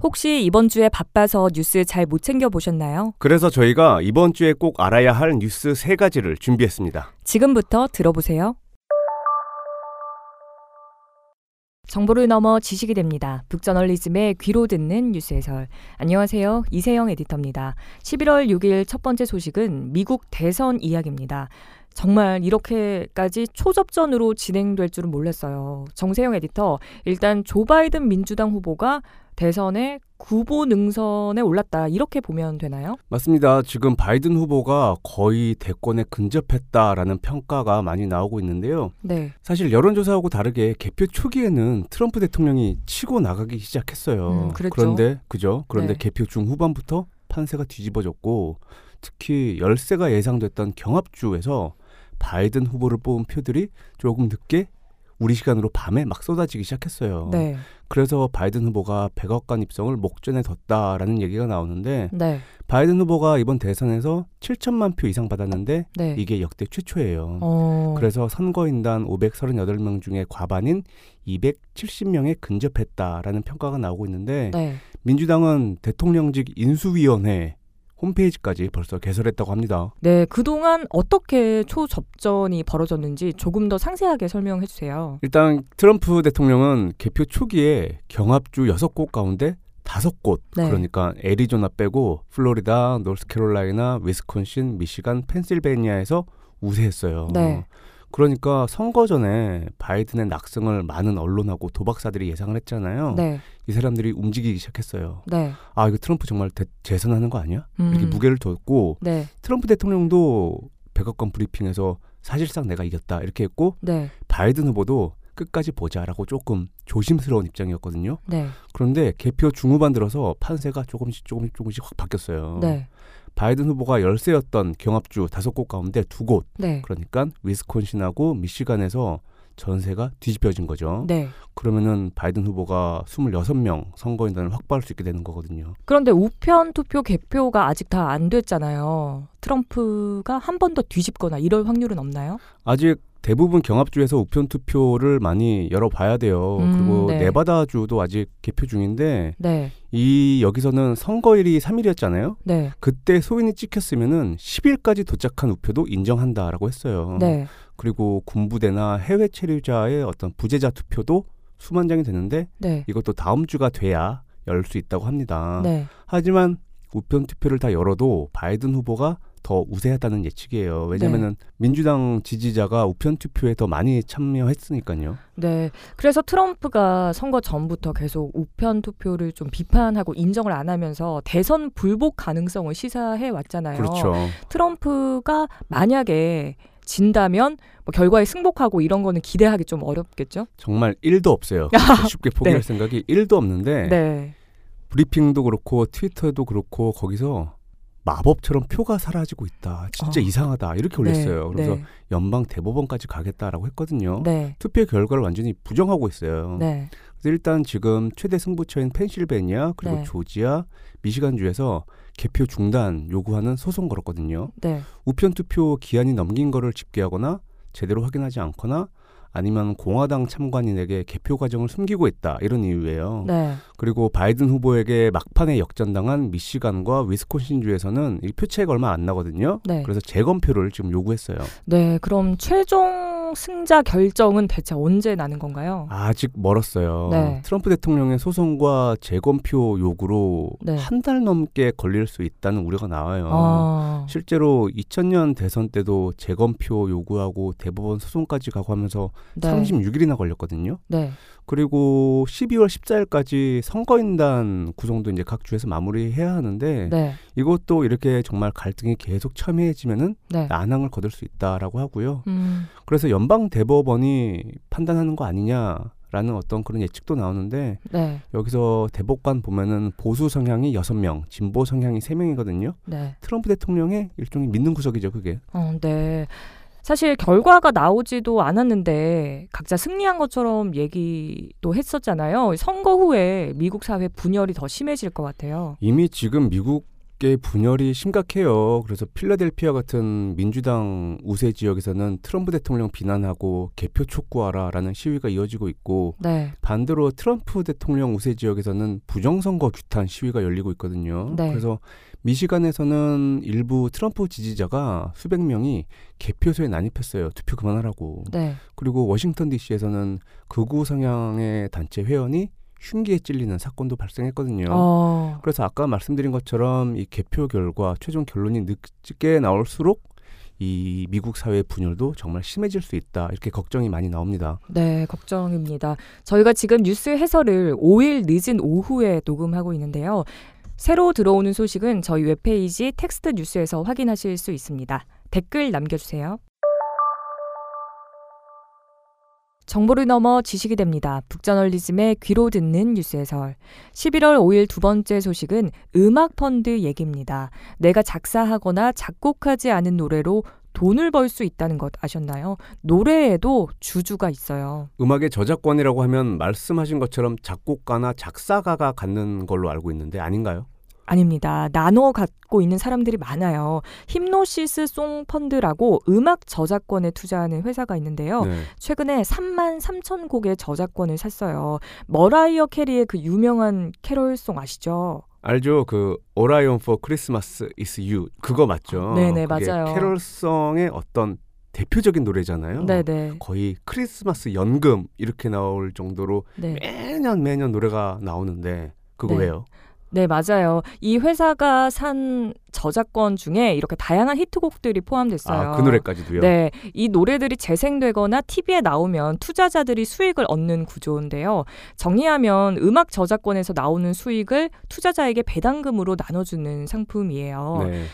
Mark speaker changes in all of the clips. Speaker 1: 혹시 이번 주에 바빠서 뉴스 잘 못 챙겨보셨나요?
Speaker 2: 그래서 저희가 이번 주에 꼭 알아야 할 뉴스 세 가지를 준비했습니다.
Speaker 1: 지금부터 들어보세요. 정보를 넘어 지식이 됩니다. 북저널리즘의 귀로 듣는 뉴스 해설. 안녕하세요. 이세영 에디터입니다. 11월 6일 첫 번째 소식은 미국 대선 이야기입니다. 정말 이렇게까지 초접전으로 진행될 줄은 몰랐어요. 정세영 에디터, 일단 조 바이든 민주당 후보가 대선에 구보 능선에 올랐다. 이렇게 보면 되나요?
Speaker 2: 맞습니다. 지금 바이든 후보가 거의 대권에 근접했다라는 평가가 많이 나오고 있는데요.
Speaker 1: 네.
Speaker 2: 사실 여론조사하고 다르게 개표 초기에는 트럼프 대통령이 치고 나가기 시작했어요.
Speaker 1: 음, 그랬죠.
Speaker 2: 런데 그죠? 그런데
Speaker 1: 네.
Speaker 2: 개표 중 후반부터 판세가 뒤집어졌고 특히 열세가 예상됐던 경합주에서 바이든 후보를 뽑은 표들이 조금 늦게 우리 시간으로 밤에 막 쏟아지기 시작했어요.
Speaker 1: 네.
Speaker 2: 그래서 바이든 후보가 100억간 입성을 목전에 뒀다라는 얘기가 나오는데
Speaker 1: 네.
Speaker 2: 바이든 후보가 이번 대선에서 7천만 표 이상 받았는데
Speaker 1: 네.
Speaker 2: 이게 역대 최초예요.
Speaker 1: 어.
Speaker 2: 그래서 선거인단 538명 중에 과반인 270명에 근접했다라는 평가가 나오고 있는데
Speaker 1: 네.
Speaker 2: 민주당은 대통령직 인수위원회 홈페이지까지 벌써 개설했다고 합니다.
Speaker 1: 네, 그동안 어떻게 초접전이 벌어졌는지 조금 더 상세하게 설명해 주세요.
Speaker 2: 일단 트럼프 대통령은 개표 초기에 경합주 6곳 가운데 5곳
Speaker 1: 네.
Speaker 2: 그러니까 애리조나 빼고 플로리다, 노스캐롤라이나, 위스콘신, 미시간, 펜실베니아에서 우세했어요.
Speaker 1: 네.
Speaker 2: 그러니까 선거 전에 바이든의 낙승을 많은 언론하고 도박사들이 예상을 했잖아요.
Speaker 1: 네,
Speaker 2: 이 사람들이 움직이기 시작했어요.
Speaker 1: 네.
Speaker 2: 아 이거 트럼프 정말 대- 재선하는 거 아니야?
Speaker 1: 음,
Speaker 2: 이렇게 무게를 뒀고
Speaker 1: 네,
Speaker 2: 트럼프 대통령도 백악관 브리핑에서 사실상 내가 이겼다 이렇게 했고
Speaker 1: 네,
Speaker 2: 바이든 후보도 끝까지 보자라고 조금 조심스러운 입장이었거든요.
Speaker 1: 네,
Speaker 2: 그런데 개표 중후반 들어서 판세가 조금씩 조금씩 조금씩 확 바뀌었어요.
Speaker 1: 네,
Speaker 2: 바이든 후보가 열세였던 경합주 다섯 곳 가운데 두 곳,
Speaker 1: 네,
Speaker 2: 그러니까 위스콘신하고 미시간에서 전세가 뒤집혀진 거죠.
Speaker 1: 네.
Speaker 2: 그러면은 바이든 후보가 26명 선거인단을 확보할 수 있게 되는 거거든요.
Speaker 1: 그런데 우편 투표 개표가 아직 다 안 됐잖아요. 트럼프가 한 번 더 뒤집거나 이럴 확률은 없나요?
Speaker 2: 아직 대부분 경합주에서 우편 투표를 많이 열어봐야 돼요.
Speaker 1: 음,
Speaker 2: 그리고
Speaker 1: 네.
Speaker 2: 네바다주도 아직 개표 중인데
Speaker 1: 네,
Speaker 2: 이 여기서는 선거일이 3일이었잖아요.
Speaker 1: 네,
Speaker 2: 그때 소인이 찍혔으면은 10일까지 도착한 우표도 인정한다라고 했어요.
Speaker 1: 네,
Speaker 2: 그리고 군부대나 해외 체류자의 어떤 부재자 투표도 수만 장이 되는데
Speaker 1: 네,
Speaker 2: 이것도 아. 다음 주가 돼야 열 수 있다고 합니다.
Speaker 1: 네.
Speaker 2: 하지만 우편 투표를 다 열어도 바이든 후보가 더 우세하다는 예측이에요. 왜냐면은
Speaker 1: 네.
Speaker 2: 민주당 지지자가 우편 투표에 더 많이 참여했으니까요.
Speaker 1: 네. 그래서 트럼프가 선거 전부터 계속 우편 투표를 좀 비판하고 인정을 안 하면서 대선 불복 가능성을 시사해 왔잖아요.
Speaker 2: 그렇죠.
Speaker 1: 트럼프가 만약에 진다면 뭐 결과에 승복하고 이런 거는 기대하기 좀 어렵겠죠?
Speaker 2: 정말 1도 없어요. 쉽게 포기할 생각이 1도 없는데
Speaker 1: 네.
Speaker 2: 브리핑도 그렇고 트위터도 그렇고 거기서 마법처럼 표가 사라지고 있다. 진짜
Speaker 1: 어.
Speaker 2: 이상하다. 이렇게 올렸어요.
Speaker 1: 네.
Speaker 2: 그래서 연방 대법원까지 가겠다라고 했거든요.
Speaker 1: 네.
Speaker 2: 투표 결과를 완전히 부정하고 있어요.
Speaker 1: 네.
Speaker 2: 그래서 일단 지금 최대 승부처인 펜실베니아 그리고
Speaker 1: 네.
Speaker 2: 조지아, 미시간주에서 개표 중단 요구하는 소송 걸었거든요.
Speaker 1: 네.
Speaker 2: 우편 투표 기한이 넘긴 거를 집계하거나 제대로 확인하지 않거나 아니면 공화당 참관인에게 개표 과정을 숨기고 있다 이런 이유예요.
Speaker 1: 네.
Speaker 2: 그리고 바이든 후보에게 막판에 역전당한 미시간과 위스콘신주에서는 이 표차가 얼마 안 나거든요.
Speaker 1: 네.
Speaker 2: 그래서 재검표를 지금 요구했어요.
Speaker 1: 네. 그럼 최종 승자 결정은 대체 언제 나는 건가요?
Speaker 2: 아직 멀었어요.
Speaker 1: 네.
Speaker 2: 트럼프 대통령의 소송과 재검표 요구로
Speaker 1: 네.
Speaker 2: 한 달 넘게 걸릴 수 있다는 우려가 나와요. 어.
Speaker 1: 아.
Speaker 2: 실제로 2000년 대선 때도 재검표 요구하고 대법원 소송까지 가고 하면서
Speaker 1: 네.
Speaker 2: 36일이나 걸렸거든요.
Speaker 1: 네.
Speaker 2: 그리고 12월 14일까지 선거인단 구성도 이제 각 주에서 마무리해야 하는데
Speaker 1: 네.
Speaker 2: 이것도 이렇게 정말 갈등이 계속 첨예해지면은
Speaker 1: 네.
Speaker 2: 난항을 거둘 수 있다라고 하고요.
Speaker 1: 음.
Speaker 2: 그래서 연방 대법원이 판단하는 거 아니냐라는 어떤 그런 예측도 나오는데
Speaker 1: 네.
Speaker 2: 여기서 대법관 보면은 보수 성향이 6명, 진보 성향이 3명이거든요.
Speaker 1: 네.
Speaker 2: 트럼프 대통령의 일종의 믿는 구석이죠, 그게.
Speaker 1: 어, 네. 사실 결과가 나오지도 않았는데 각자 승리한 것처럼 얘기도 했었잖아요. 선거 후에 미국 사회 분열이 더 심해질 것 같아요.
Speaker 2: 이미 지금 미국 게 분열이 심각해요. 그래서 필라델피아 같은 민주당 우세 지역에서는 트럼프 대통령 비난하고 개표 촉구하라라는 시위가 이어지고 있고
Speaker 1: 네.
Speaker 2: 반대로 트럼프 대통령 우세 지역에서는 부정선거 규탄 시위가 열리고 있거든요.
Speaker 1: 네.
Speaker 2: 그래서 미시간에서는 일부 트럼프 지지자가 수백 명이 개표소에 난입했어요. 투표 그만하라고.
Speaker 1: 네.
Speaker 2: 그리고 워싱턴 DC에서는 극우 성향의 단체 회원이 흉기에 찔리는 사건도 발생했거든요.
Speaker 1: 어.
Speaker 2: 그래서 아까 말씀드린 것처럼 이 개표 결과 최종 결론이 늦게 나올수록 이 미국 사회 분열도 정말 심해질 수 있다 이렇게 걱정이 많이 나옵니다.
Speaker 1: 네, 걱정입니다. 저희가 지금 뉴스 해설을 5일 늦은 오후에 녹음하고 있는데요. 새로 들어오는 소식은 저희 웹페이지 텍스트 뉴스에서 확인하실 수 있습니다. 댓글 남겨주세요. 정보를 넘어 지식이 됩니다. 북저널리즘의 귀로 듣는 뉴스 해설. 11월 5일 두 번째 소식은 음악 펀드 얘기입니다. 내가 작사하거나 작곡하지 않은 노래로 돈을 벌 수 있다는 것 아셨나요? 노래에도 주주가 있어요.
Speaker 2: 음악의 저작권이라고 하면 말씀하신 것처럼 작곡가나 작사가가 갖는 걸로 알고 있는데 아닌가요?
Speaker 1: 아닙니다. 나눠 갖고 있는 사람들이 많아요. 힙노시스 송 펀드라고 음악 저작권에 투자하는 회사가 있는데요.
Speaker 2: 네.
Speaker 1: 최근에 3만 3천 곡의 저작권을 샀어요. 머라이어 캐리의 그 유명한 캐롤송 아시죠?
Speaker 2: 알죠. 그 All I Want for Christmas Is You 그거 맞죠?
Speaker 1: 네네,
Speaker 2: 그게
Speaker 1: 맞아요.
Speaker 2: 캐롤성의 어떤 대표적인 노래잖아요.
Speaker 1: 네네.
Speaker 2: 거의 크리스마스 연금 이렇게 나올 정도로
Speaker 1: 네.
Speaker 2: 매년 매년 노래가 나오는데 그거
Speaker 1: 네.
Speaker 2: 왜요?
Speaker 1: 네, 맞아요. 이 회사가 산 저작권 중에 이렇게 다양한 히트곡들이 포함됐어요.
Speaker 2: 아 그 노래까지도요.
Speaker 1: 네, 이 노래들이 재생되거나 TV에 나오면 투자자들이 수익을 얻는 구조인데요. 정리하면 음악 저작권에서 나오는 수익을 투자자에게 배당금으로 나눠주는 상품이에요.
Speaker 2: 네.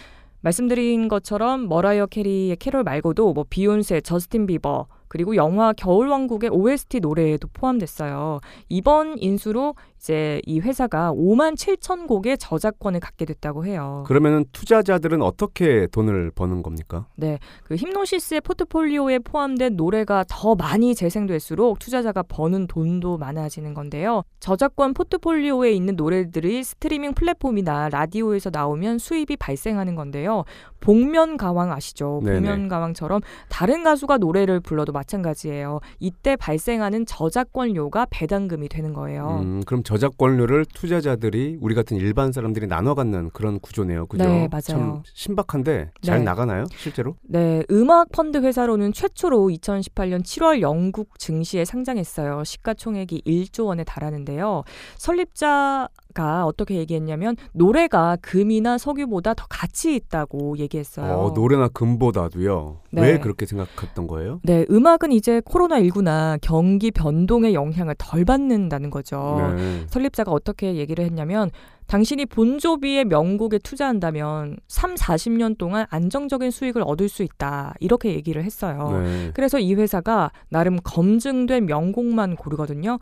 Speaker 1: 말씀드린 것처럼 머라이어 캐리의 캐롤 말고도 뭐 비욘세, 저스틴 비버 그리고 영화 겨울왕국의 OST 노래에도 포함됐어요. 이번 인수로 이제 이 회사가 5만 7천 곡의 저작권을 갖게 됐다고 해요.
Speaker 2: 그러면은 투자자들은 어떻게 돈을 버는 겁니까?
Speaker 1: 네, 그 힙노시스의 포트폴리오에 포함된 노래가 더 많이 재생될수록 투자자가 버는 돈도 많아지는 건데요. 저작권 포트폴리오에 있는 노래들이 스트리밍 플랫폼이나 라디오에서 나오면 수입이 발생하는 건데요. 복면 가왕 아시죠?
Speaker 2: 네네.
Speaker 1: 복면 가왕처럼 다른 가수가 노래를 불러도 마찬가지예요. 이때 발생하는 저작권료가 배당금이 되는 거예요.
Speaker 2: 음, 그럼 저작권료를 투자자들이 우리 같은 일반 사람들이 나눠 갖는 그런 구조네요. 그죠?
Speaker 1: 네, 맞아요.
Speaker 2: 참 신박한데 잘
Speaker 1: 네.
Speaker 2: 나가나요? 실제로?
Speaker 1: 네, 음악 펀드 회사로는 최초로 2018년 7월 영국 증시에 상장했어요. 시가총액이 1조 원에 달하는데요. 설립자가 어떻게 얘기했냐면 노래가 금이나 석유보다 더 가치 있다고 얘기했어요.
Speaker 2: 어, 노래나 금보다도요.
Speaker 1: 네.
Speaker 2: 왜 그렇게 생각했던 거예요?
Speaker 1: 네, 음악은 이제 코로나19나 경기 변동의 영향을 덜 받는다는 거죠.
Speaker 2: 네.
Speaker 1: 설립자가 어떻게 얘기를 했냐면 당신이 본조비의 명곡에 투자한다면 3, 40년 동안 안정적인 수익을 얻을 수 있다. 이렇게 얘기를 했어요.
Speaker 2: 네.
Speaker 1: 그래서 이 회사가 나름 검증된 명곡만 고르거든요.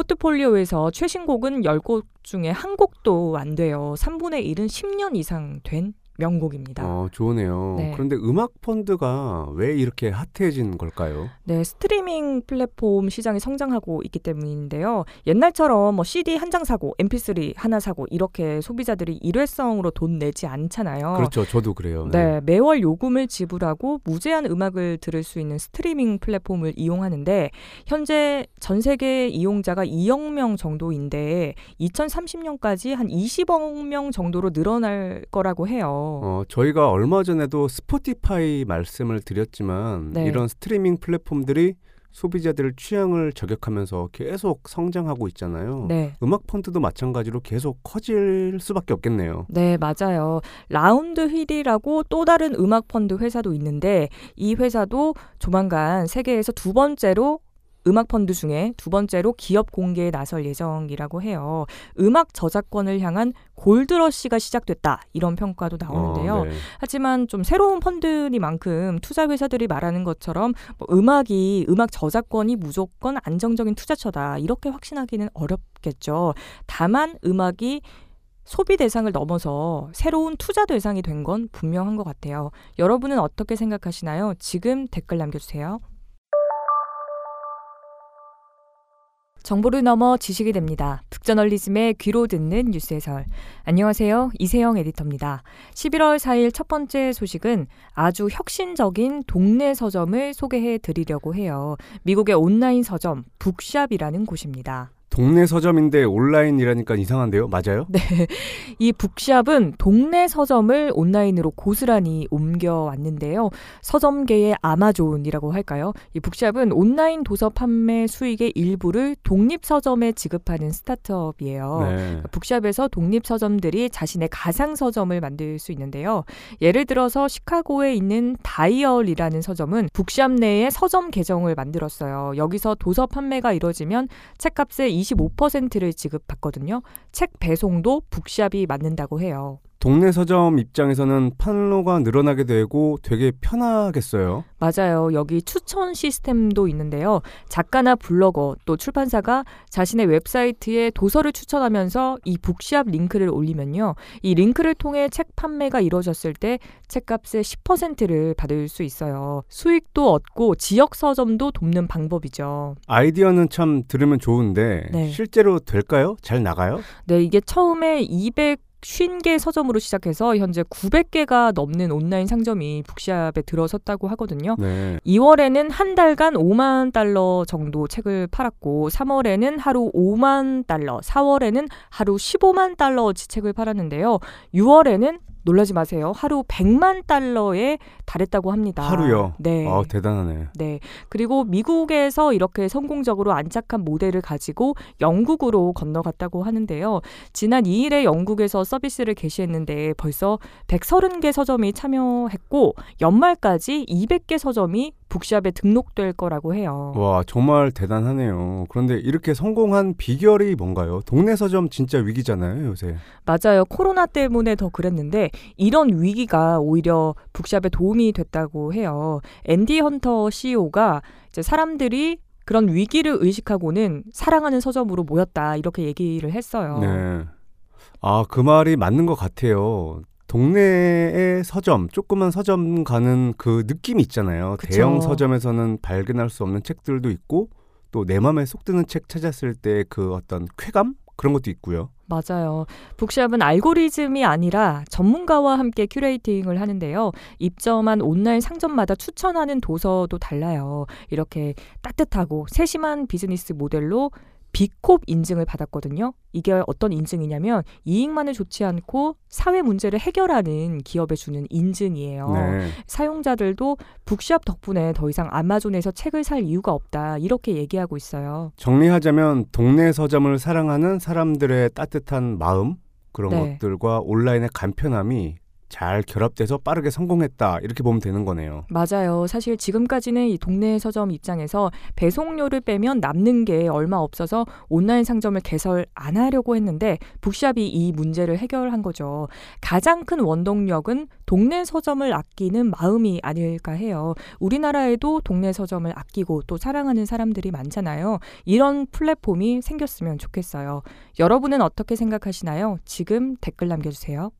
Speaker 1: 포트폴리오에서 최신곡은 10곡 중에 한 곡도 안 돼요. 3분의 1은 10년 이상 된 명곡입니다.
Speaker 2: 어, 좋으네요.
Speaker 1: 네.
Speaker 2: 그런데 음악 펀드가 왜 이렇게 핫해진 걸까요?
Speaker 1: 네, 스트리밍 플랫폼 시장이 성장하고 있기 때문인데요. 옛날처럼 뭐 CD 한 장 사고, MP3 하나 사고 이렇게 소비자들이 일회성으로 돈 내지 않잖아요.
Speaker 2: 그렇죠. 저도 그래요.
Speaker 1: 어. 네, 매월 요금을 지불하고 무제한 음악을 들을 수 있는 스트리밍 플랫폼을 이용하는데 현재 전 세계 이용자가 2억 명 정도인데 2030년까지 한 20억 명 정도로 늘어날 거라고 해요.
Speaker 2: 어, 저희가 얼마 전에도 스포티파이 말씀을 드렸지만
Speaker 1: 네.
Speaker 2: 이런 스트리밍 플랫폼들이 소비자들의 취향을 저격하면서 계속 성장하고 있잖아요.
Speaker 1: 네.
Speaker 2: 음악 펀드도 마찬가지로 계속 커질 수밖에 없겠네요.
Speaker 1: 네, 맞아요. 라운드 휠이라고 또 다른 음악 펀드 회사도 있는데 이 회사도 조만간 세계에서 두 번째로 음악 펀드 중에 두 번째로 기업 공개에 나설 예정이라고 해요. 음악 저작권을 향한 골드러시가 시작됐다. 이런 평가도 나오는데요.
Speaker 2: 어, 네.
Speaker 1: 하지만 좀 새로운 펀드니만큼 투자 회사들이 말하는 것처럼 뭐 음악이 음악 저작권이 무조건 안정적인 투자처다 이렇게 확신하기는 어렵겠죠. 다만 음악이 소비 대상을 넘어서 새로운 투자 대상이 된 건 분명한 것 같아요. 여러분은 어떻게 생각하시나요? 지금 댓글 남겨주세요. 정보를 넘어 지식이 됩니다. 북저널리즘의 귀로 듣는 뉴스 해설. 안녕하세요. 이세영 에디터입니다. 11월 4일 첫 번째 소식은 아주 혁신적인 동네 서점을 소개해 드리려고 해요. 미국의 온라인 서점 북샵이라는 곳입니다.
Speaker 2: 동네 서점인데 온라인이라니까 이상한데요. 맞아요?
Speaker 1: 네.
Speaker 2: 네.
Speaker 1: 이 북샵은 동네 서점을 온라인으로 고스란히 옮겨왔는데요. 서점계의 아마존이라고 할까요? 이 북샵은 온라인 도서 판매 수익의 일부를 독립서점에 지급하는 스타트업이에요.
Speaker 2: 네.
Speaker 1: 북샵에서 독립 서점들이 자신의 가상 서점을 만들 수 있는데요. 예를 들어서 시카고에 있는 다이얼이라는 서점은 북샵 내에 서점 계정을 만들었어요. 여기서 도서 판매가 이뤄지면 책값의 25%를 지급받거든요. 책 배송도 북샵이 맡는다고 해요.
Speaker 2: 동네 서점 입장에서는 판로가 늘어나게 되고 되게 편하겠어요.
Speaker 1: 맞아요. 여기 추천 시스템도 있는데요. 작가나 블로거 또 출판사가 자신의 웹사이트에 도서를 추천하면서 이 북샵 링크를 올리면요. 이 링크를 통해 책 판매가 이루어졌을 때 책값의 10%를 받을 수 있어요. 수익도 얻고 지역 서점도 돕는 방법이죠.
Speaker 2: 아이디어는 참 들으면 좋은데
Speaker 1: 네.
Speaker 2: 실제로 될까요? 잘 나가요?
Speaker 1: 네, 이게 처음에 200 50개 서점으로 시작해서 현재 900개가 넘는 온라인 상점이 북샵에 들어섰다고 하거든요.
Speaker 2: 네.
Speaker 1: 2월에는 한 달간 5만 달러 정도 책을 팔았고 3월에는 하루 5만 달러, 4월에는 하루 15만 달러어치 책을 팔았는데요. 6월에는 놀라지 마세요. 하루 100만 달러에 달했다고 합니다.
Speaker 2: 하루요?
Speaker 1: 네.
Speaker 2: 아 대단하네.
Speaker 1: 네. 그리고 미국에서 이렇게 성공적으로 안착한 모델을 가지고 영국으로 건너갔다고 하는데요. 지난 2일에 영국에서 서비스를 개시했는데 벌써 130개 서점이 참여했고 연말까지 200개 서점이 북샵에 등록될 거라고 해요.
Speaker 2: 와 정말 대단하네요. 그런데 이렇게 성공한 비결이 뭔가요? 동네 서점 진짜 위기잖아요 요새.
Speaker 1: 맞아요. 코로나 때문에 더 그랬는데 이런 위기가 오히려 북샵에 도움이 됐다고 해요. 앤디 헌터 CEO가 이제 사람들이 그런 위기를 의식하고는 사랑하는 서점으로 모였다 이렇게 얘기를 했어요.
Speaker 2: 네. 아 그 말이 맞는 것 같아요. 동네의 서점, 조그만 서점 가는 그 느낌이 있잖아요.
Speaker 1: 그쵸.
Speaker 2: 대형 서점에서는 발견할 수 없는 책들도 있고 또 내 맘에 쏙 드는 책 찾았을 때 그 어떤 쾌감 그런 것도 있고요.
Speaker 1: 맞아요. 북샵은 알고리즘이 아니라 전문가와 함께 큐레이팅을 하는데요. 입점한 온라인 상점마다 추천하는 도서도 달라요. 이렇게 따뜻하고 세심한 비즈니스 모델로 비콥 인증을 받았거든요. 이게 어떤 인증이냐면 이익만을 좋지 않고 사회 문제를 해결하는 기업에 주는 인증이에요.
Speaker 2: 네.
Speaker 1: 사용자들도 북샵 덕분에 더 이상 아마존에서 책을 살 이유가 없다 이렇게 얘기하고 있어요.
Speaker 2: 정리하자면 동네 서점을 사랑하는 사람들의 따뜻한 마음 그런
Speaker 1: 네.
Speaker 2: 것들과 온라인의 간편함이 잘 결합돼서 빠르게 성공했다 이렇게 보면 되는 거네요.
Speaker 1: 맞아요. 사실 지금까지는 이 동네 서점 입장에서 배송료를 빼면 남는 게 얼마 없어서 온라인 상점을 개설 안 하려고 했는데 북샵이 이 문제를 해결한 거죠. 가장 큰 원동력은 동네 서점을 아끼는 마음이 아닐까 해요. 우리나라에도 동네 서점을 아끼고 또 사랑하는 사람들이 많잖아요. 이런 플랫폼이 생겼으면 좋겠어요. 여러분은 어떻게 생각하시나요? 지금 댓글 남겨주세요.